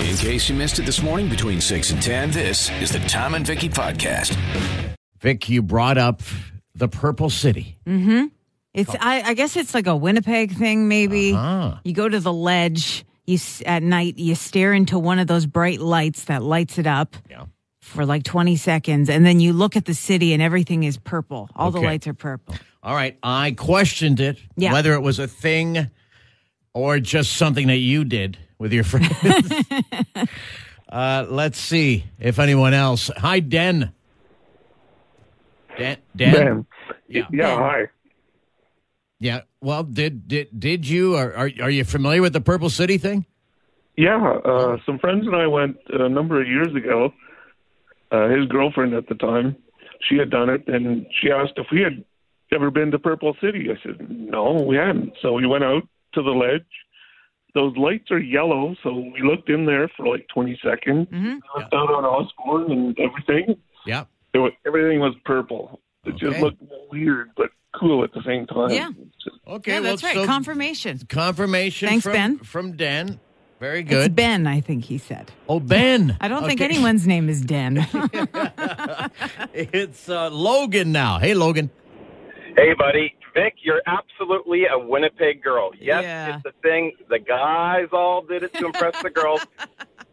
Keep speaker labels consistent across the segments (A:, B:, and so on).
A: In case you missed it this morning between 6 and 10, this is the Tom and Vicky podcast.
B: Vic, you brought up the Purple City.
C: Mm. It's I, I guess it's like a Winnipeg thing. Maybe
B: Uh-huh.
C: you go to the ledge. You s- at night you stare into one of those bright lights that lights it up
B: Yeah.
C: for like twenty seconds, and then you look at the city and everything is purple. All the
B: Okay.
C: lights are purple.
B: All right. I questioned it,
C: Yeah.
B: whether it was a thing or just something that you did with your friends. uh, let's see if anyone else. Hi, Den. Dan. Dan?
D: Ben.
B: Yeah.
D: Yeah, hi.
B: Yeah. Well, did did did you are are, are you familiar with the Purple City thing?
D: Yeah, uh, some friends and I went a number of years ago. Uh, his girlfriend at the time, she had done it, and she asked if we had ever been to Purple City. I said, no, we hadn't. So we went out to the ledge. Those lights are yellow, so we looked in there for like 20 seconds. We looked out on Osborne and everything.
B: Yeah.
D: It was, everything was purple. It
B: Okay.
D: just looked weird, but cool at the same time.
C: Yeah.
D: It's just-
B: Okay.
C: yeah, that's
B: well,
C: right.
B: so
C: Confirmation.
B: confirmation.
C: Thanks,
B: from,
C: Ben.
B: From Dan. Very
C: It's
B: good.
C: Ben, I think he said.
B: Oh, Ben.
C: I don't think
B: Okay.
C: anyone's name is Den.
B: It's uh, Logan now. Hey, Logan.
E: Hey, buddy. Vic, you're absolutely a Winnipeg girl. Yes,
C: Yeah.
E: it's a thing. The guys all did it to impress the girls.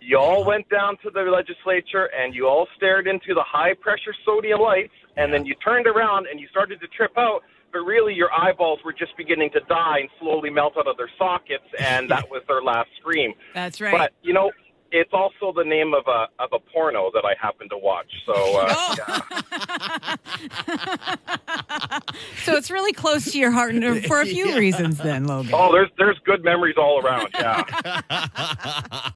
E: You all went down to the legislature and you all stared into the high pressure sodium lights, and then you turned around and you started to trip out. But really, your eyeballs were just beginning to die and slowly melt out of their sockets, and that was their last scream.
C: that's right.
E: But you know, it's also the name of a of a porno that I happen to watch. So uh,
C: Oh. so it's really close to your heart and uh, for a few reasons, then, Logan.
E: oh, there's there's good memories all around. Yeah.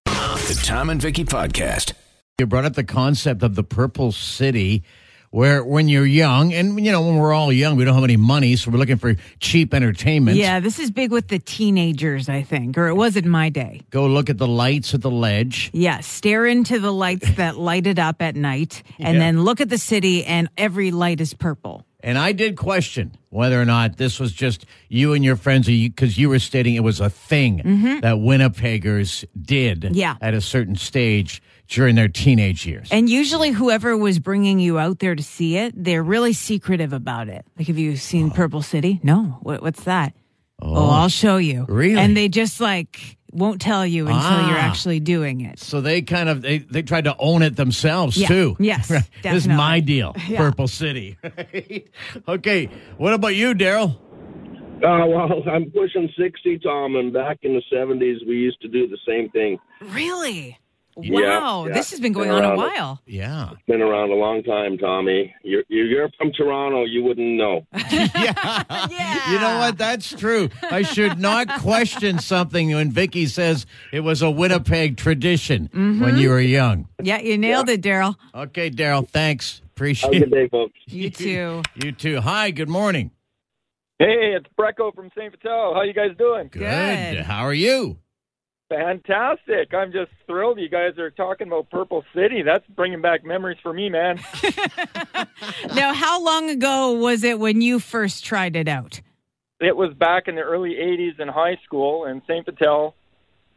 A: The Tom and Vicky podcast.
B: You brought up the concept of the purple city, where when you're young, and you know when we're all young, we don't have any money, so we're looking for cheap entertainment.
C: Yeah, this is big with the teenagers, I think, or it was in my day.
B: Go look at the lights at the ledge.
C: Yeah, stare into the lights that light it up at night, and then look at the city, and every light is purple.
B: And I did question whether or not this was just you and your friends, because you were stating it was a thing that Winnipeggers did
C: Mm-hmm. Yeah.
B: at a certain stage during their teenage years.
C: And usually, whoever was bringing you out there to see it, they're really secretive about it. Like, have you seen Purple City? No. What, what's that? Oh. I'll show you.
B: Really?
C: And they just like won't tell you until you're
B: Ah.
C: actually doing it.
B: So they kind of they, they tried to own it themselves
C: Yeah.
B: too.
C: Yes,
B: Right. This is
C: definitely.
B: my deal,
C: Yeah.
B: Purple City. Right? okay, what about you, Daryl?
F: Uh, well, I'm pushing 60, Tom, and back in the 70s, we used to do the same thing.
C: Really?
F: Yeah,
C: wow.
F: yeah.
C: This has been going
F: Been
C: on a
F: around it.
C: while.
B: Yeah,
F: Been around a long time, Tommy. You're, you're you're from Toronto, you wouldn't know.
C: yeah.
B: you know what? That's true. I should not question something when Vicky says it was a Winnipeg tradition
C: Mm-hmm.
B: when you were young.
C: Yeah, you nailed it, Daryl.
B: Okay, Daryl. Thanks.
F: Have a
B: Appreciate
F: good
B: it.
F: day, folks.
C: You too.
B: You too. Hi. Good morning.
G: Hey, it's Brecco from St. Vito. How you guys doing?
B: Good.
C: Good.
B: How are you?
G: Fantastic. I'm just thrilled you guys are talking about Purple City. That's bringing back memories for me, man.
C: Now, how long ago was it when you first tried it out?
G: It was back in the early 80s in high school in St. Patel.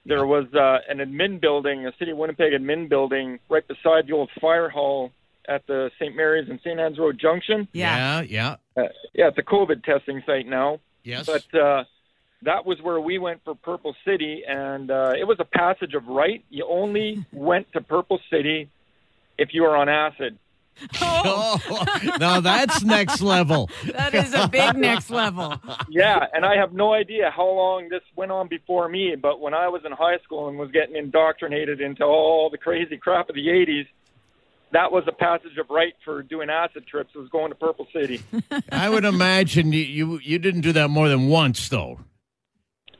G: There was uh, an admin building, a City of Winnipeg admin building, right beside the old fire hall at the St. Mary's and St. Anne's Road Junction.
B: Yeah. Yeah.
G: Uh, yeah, it's a COVID testing site now.
B: Yes.
G: But uh, that was where we went for Purple City, and uh, it was a passage of right. You only went to Purple City if you were on acid.
B: oh, now that's next level.
C: That is a big next level.
G: Yeah, and I have no idea how long this went on before me, but when I was in high school and was getting indoctrinated into all the crazy crap of the 80s, that was a passage of right for doing acid trips was going to Purple City.
B: I would imagine you, you you didn't do that more than once though.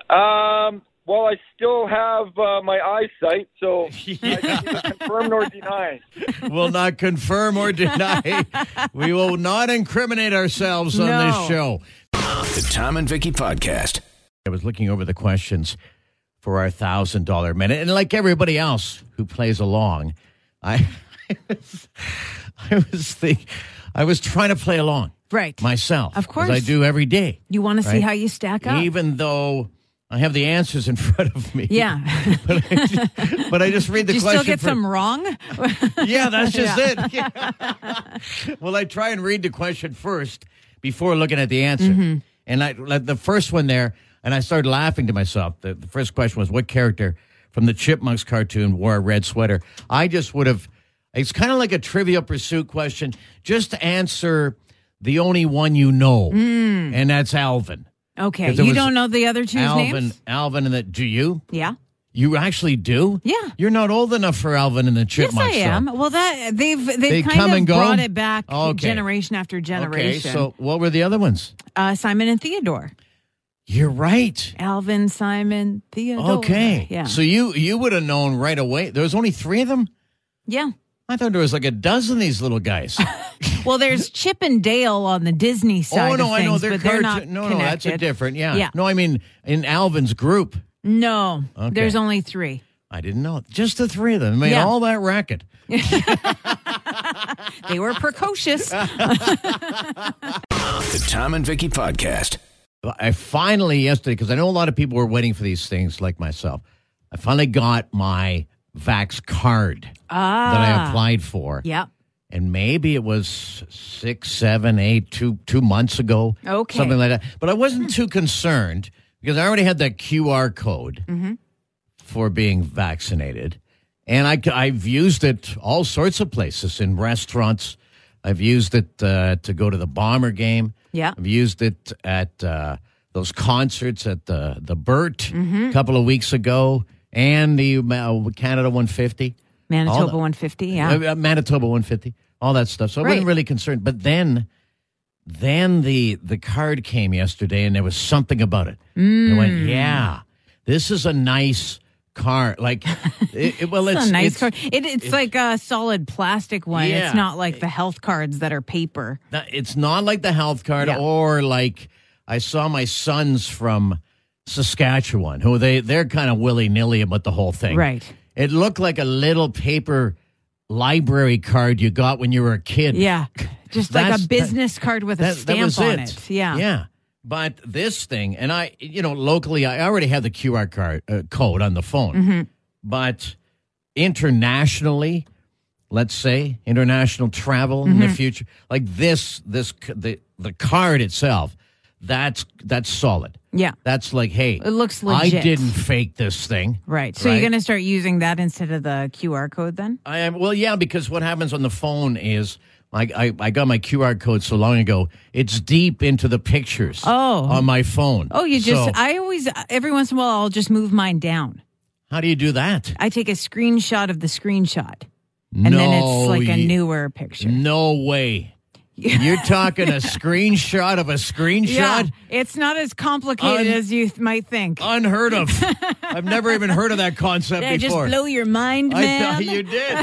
G: Um, well, I still have uh, my eyesight, so I can neither confirm nor deny.
B: Will not confirm or deny. we will not incriminate ourselves on
C: No.
B: this show.
A: The Tom and Vicky podcast.
B: I was looking over the questions for our thousand dollar minute, and like everybody else who plays along, I I was I was, think, I was trying to play along
C: Right.
B: myself,
C: Of
B: as I
C: course.
B: do every day.
C: you want to see
B: Right.
C: how you stack up?
B: Even though I have the answers in front of me.
C: Yeah.
B: But I just, but I just read the
C: Did you
B: question.
C: still get
B: for-
C: some wrong?
B: Yeah, that's just it. well, I try and read the question first before looking at the answer.
C: Mm-hmm.
B: And I like the first one there, and I started laughing to myself. The, the first question was, "What character from the Chipmunks cartoon wore a red sweater?" I just would have. It's kind of like a Trivial Pursuit question. Just answer the only one you know,
C: Mm.
B: and that's Alvin.
C: Okay.
B: If there
C: You
B: was
C: don't know the other two's
B: Alvin,
C: names?
B: Alvin, and the. Do you?
C: Yeah.
B: You actually do?
C: Yeah.
B: You're not old enough for Alvin and the
C: Yes, I
B: Chipmunks. though.
C: am. Well, that they've they've
B: They
C: kind
B: come
C: of
B: and go?
C: brought it back
B: Okay.
C: generation after generation.
B: Okay, so what were the other ones?
C: uh, Simon and Theodore,
B: You're right.
C: Alvin, Simon, Theodore.
B: Okay.
C: uh, Yeah.
B: So you you would have known right away. There was only three of them.
C: yeah.
B: I thought there was like a dozen of these little guys.
C: Well, there's Chip and Dale on the Disney side.
B: oh no,
C: of
B: I
C: things,
B: know they're
C: but they're not
B: cartoon- No, no, that's a
C: connected.
B: different. Yeah.
C: Yeah.
B: No, I mean in Alvin's group.
C: No,
B: Okay.
C: there's only three.
B: I didn't know. Just the three of them. I mean,
C: Yeah.
B: all that racket.
C: They were precocious.
A: The Tom and Vicky Podcast.
B: I finally yesterday because I know a lot of people were waiting for these things, like myself. I finally got my Vax card that
C: Ah.
B: I applied for.
C: yep.
B: and maybe it was six, seven, eight, two, two months ago,
C: Okay. Hmm.
B: something like that. But I wasn't too concerned because I already had that QR code
C: Mm-hmm.
B: for being vaccinated, and I, I've used it all sorts of places in restaurants. I've used it uh, to go to the bomber game.
C: Yeah.
B: I've used it at uh, those concerts at the the Burt
C: Mm-hmm.
B: a couple of weeks ago, and the uh, Canada 150.
C: Manitoba
B: All the-
C: 150. Yeah.
B: Uh, uh, Manitoba 150, all that stuff. So I wasn't
C: Right.
B: really concerned. But then, then the the card came yesterday, and there was something about it. Mm. I went, yeah, this is a nice card. Like, it, it- well, it's,
C: It's a nice
B: it's-
C: card. It, it's, like a solid plastic one.
B: Yeah.
C: It's not like the health cards that are paper.
B: not- It's not like the health card
C: Yeah.
B: or like I saw my sons from Saskatchewan, who they they're kind of willy nilly about the whole thing.
C: Right.
B: It looked like a little paper library card you got when you were a kid.
C: Yeah. Just like
B: That's-
C: a
B: that-
C: business card with a stamp on it. Yeah.
B: Yeah. But this thing, and I, you know, locally, I already had the QR card uh, code on the phone.
C: Mm-hmm.
B: But internationally, let's say international travel
C: Mm-hmm.
B: in the future, like this, this c- the the card itself, that's that's solid.
C: Yeah.
B: That's like, hey,
C: It looks
B: I
C: legit.
B: didn't fake this thing.
C: Right. So
B: Right.
C: you're going to start using that instead of the QR code then?
B: I am well, yeah, because what happens on the phone is I, I, I got my QR code so long ago, it's deep into the pictures.
C: Oh.
B: on my phone.
C: Oh, you just,
B: So,
C: I always, every once in a while, I'll just move mine down.
B: how do you do that?
C: I take a screenshot of the screenshot and then it's like a
B: ye-
C: newer picture.
B: No way. You're talking a screenshot of a screenshot.
C: Yeah. It's not as complicated
B: Un- Oh,
C: as you th- might think.
B: Unheard of. I've never even heard of that concept
C: Did I just
B: before.
C: blow your mind,
B: I
C: man?
B: thought you did.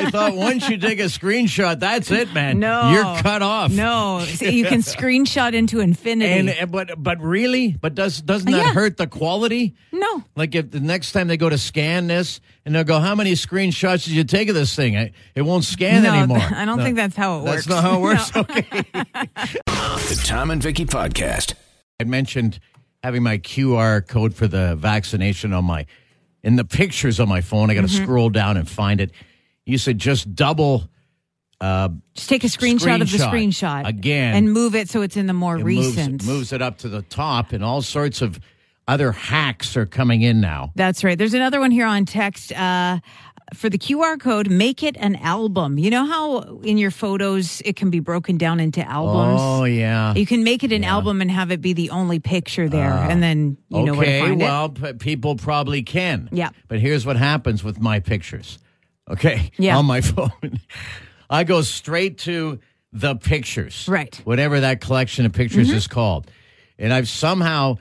B: I thought once you take a screenshot, that's it, man.
C: No.
B: you're cut off.
C: No, See, you can screenshot into
B: and
C: infinity.
B: and- eh, but but really, but does doesn't that
C: Uh, Yeah.
B: hurt the quality?
C: no.
B: Like if the next time they go to scan this and they'll go, how many screenshots did you take of this thing? I, it won't scan
C: No,
B: anymore.
C: I don't
B: No.
C: think that's how it
B: That's
C: works.
B: not how it works.
C: No.
B: Okay.
A: The Tom and Vicky Podcast.
B: I mentioned having my QR code for the vaccination on my in the pictures on my phone. I got to
C: Mm-hmm.
B: scroll down and find it. You said just double
C: Just take a screenshot, of the
B: Screenshot.
C: screenshot
B: Again.
C: and move it so it's in the more
B: it moves,
C: recent.
B: it moves it up to the top, and all sorts of other hacks are coming in now.
C: That's right. There's another one here on text. Uh, for the QR code, make it an album. You know how in your photos it can be broken down into albums?
B: Oh yeah. Ah.
C: You can make it an album and have it be the only picture there, and then you know where to
B: okay,
C: find it.
B: well, p- people probably can.
C: Yeah.
B: But here's what happens with my pictures. Okay.
C: Yeah.
B: On my phone, I go straight to the pictures.
C: Right. Mm-hmm.
B: Whatever that collection of pictures is called, and I've somehow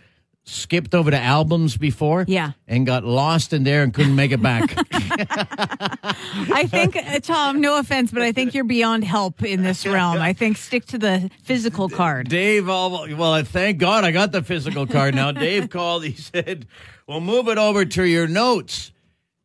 B: skipped over to albums before.
C: Yeah.
B: And got lost in there and couldn't make it back.
C: I think, uh, Tom, no offense, but I think you're beyond help in this realm. I think stick to the physical card.
B: Dave, all, well, thank God I got the physical card now. Dave called. He said, "Well, move it over to your notes."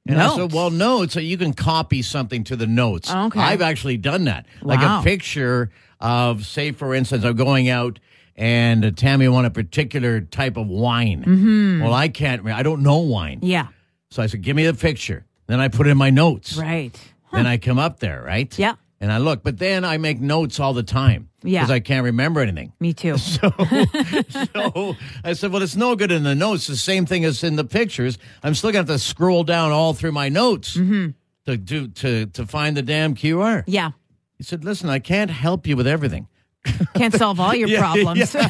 B: And I said,
C: Notes?
B: "Well, notes. So you can copy something to the notes."
C: Okay.
B: I've actually done that, like
C: Wow.
B: a picture of, say, for instance, I'm going out and uh, Tammy wanted a particular type of wine. Well, I can't. I don't know wine,
C: Mm-hmm. Yeah.
B: so I said, "Give me the picture." Then I put it in my notes.
C: Right.
B: Then I come up there, right?
C: Yeah.
B: And I look, but then I make notes all the time.
C: Yeah.
B: Because I can't remember anything.
C: Me too.
B: So, so I said, well, it's no good in the notes. The same thing as in the pictures. I'm still going to have to scroll down all through my notes to, do to, to find the damn QR.
C: Yeah.
B: He said, listen, I can't help you with everything.
C: Can't solve all your problems.
A: The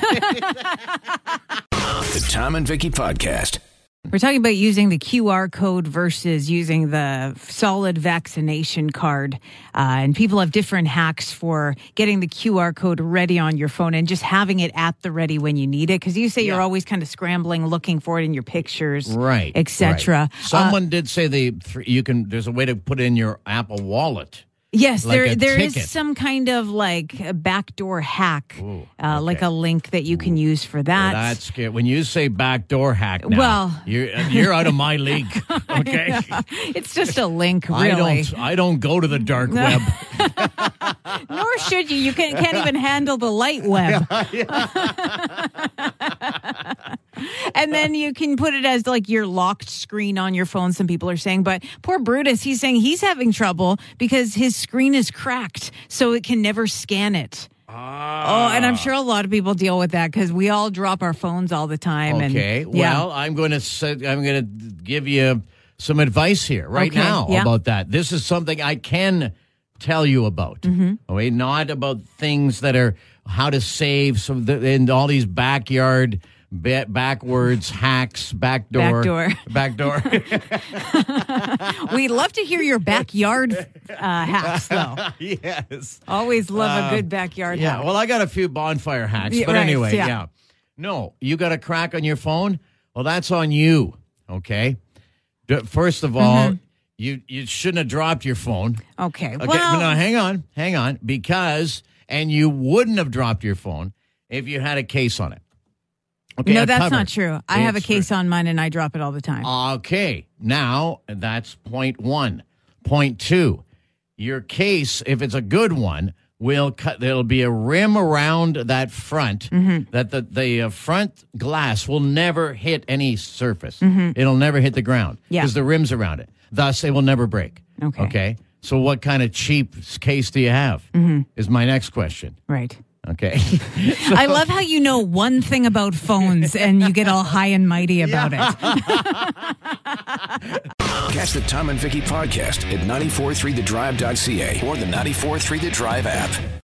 A: Tom and Vicky Podcast.
C: We're talking about using the QR code versus using the solid vaccination card. Uh, and people have different hacks for getting the QR code ready on your phone and just having it at the ready when you need it. Because you say you're always kind of scrambling, looking for it in your pictures,
B: Right.
C: etc.
B: right. Someone did say the th- you can. There's a way to put in your Apple Wallet.
C: Yes,
B: Like
C: there
B: a
C: there is
B: ticket.
C: some kinded of like a backdoor hack, uh, like
B: okay.
C: a link that you can use for that.
B: That's good. When you say backdoor hack, now,
C: Well-
B: you're you're out of my league. Okay.
C: it's just a link, really.
B: I don't. I don't go to the dark web.
C: Nor should you. You can, can't even handle the light web. and then you can put it as like your locked screen on your phone, some people are saying. But poor Brutus, he's saying he's having trouble because his screen is cracked, so it can never scan it.
B: Ah.
C: Oh, and I'm sure a lot of people deal with that because we all drop our phones all the time.
B: Okay.
C: And, yeah.
B: Well, uh, I'm going to set, I'm going to give you some advice here right
C: Okay,
B: now
C: yeah.
B: about that. This is something I can tell you about.
C: Mm-hmm.
B: Okay, not about things that are how to save some th- and all these backyard ba- backwards hacks, backdoor,
C: Backdoor.
B: backdoor.
C: we'd love to hear your backyard uh, hacks, though.
B: yes.
C: Always love a good backyard
B: Uh, Yeah.
C: hack.
B: Well, I got a few bonfire hacks,
C: Yeah,
B: but
C: right,
B: anyway,
C: yeah.
B: yeah. No, you got a crack on your phone. Well, that's on you. Okay. D- First of all,
C: Mm-hmm.
B: you you shouldn't have dropped your phone.
C: okay.
B: Okay.
C: Well,
B: no, hang on, hang on, because and you wouldn't have dropped your phone if you had a case on it. Okay.
C: no,
B: a
C: that's
B: cover.
C: not true. I have a
B: It's true.
C: case on mine and I drop it all the time.
B: Okay. Now that's point one. Point two, your case, if it's a good one, will cut. There'll be a rim around that front
C: Mm-hmm.
B: that the the uh, front glass will never hit any surface. It'll never hit the ground
C: Mm-hmm. Yeah.
B: because the rim's around it. Thus, it will never break.
C: Okay.
B: Okay. So, what kind of cheap s- case do you have?
C: Mm-hmm.
B: Is my next question.
C: right.
B: Okay.
C: I love how you know one thing about phones and you get all high and mighty about it.
A: Catch the Tom and Vicky Podcast at 943thedrive.ca or the 943 The Drive app.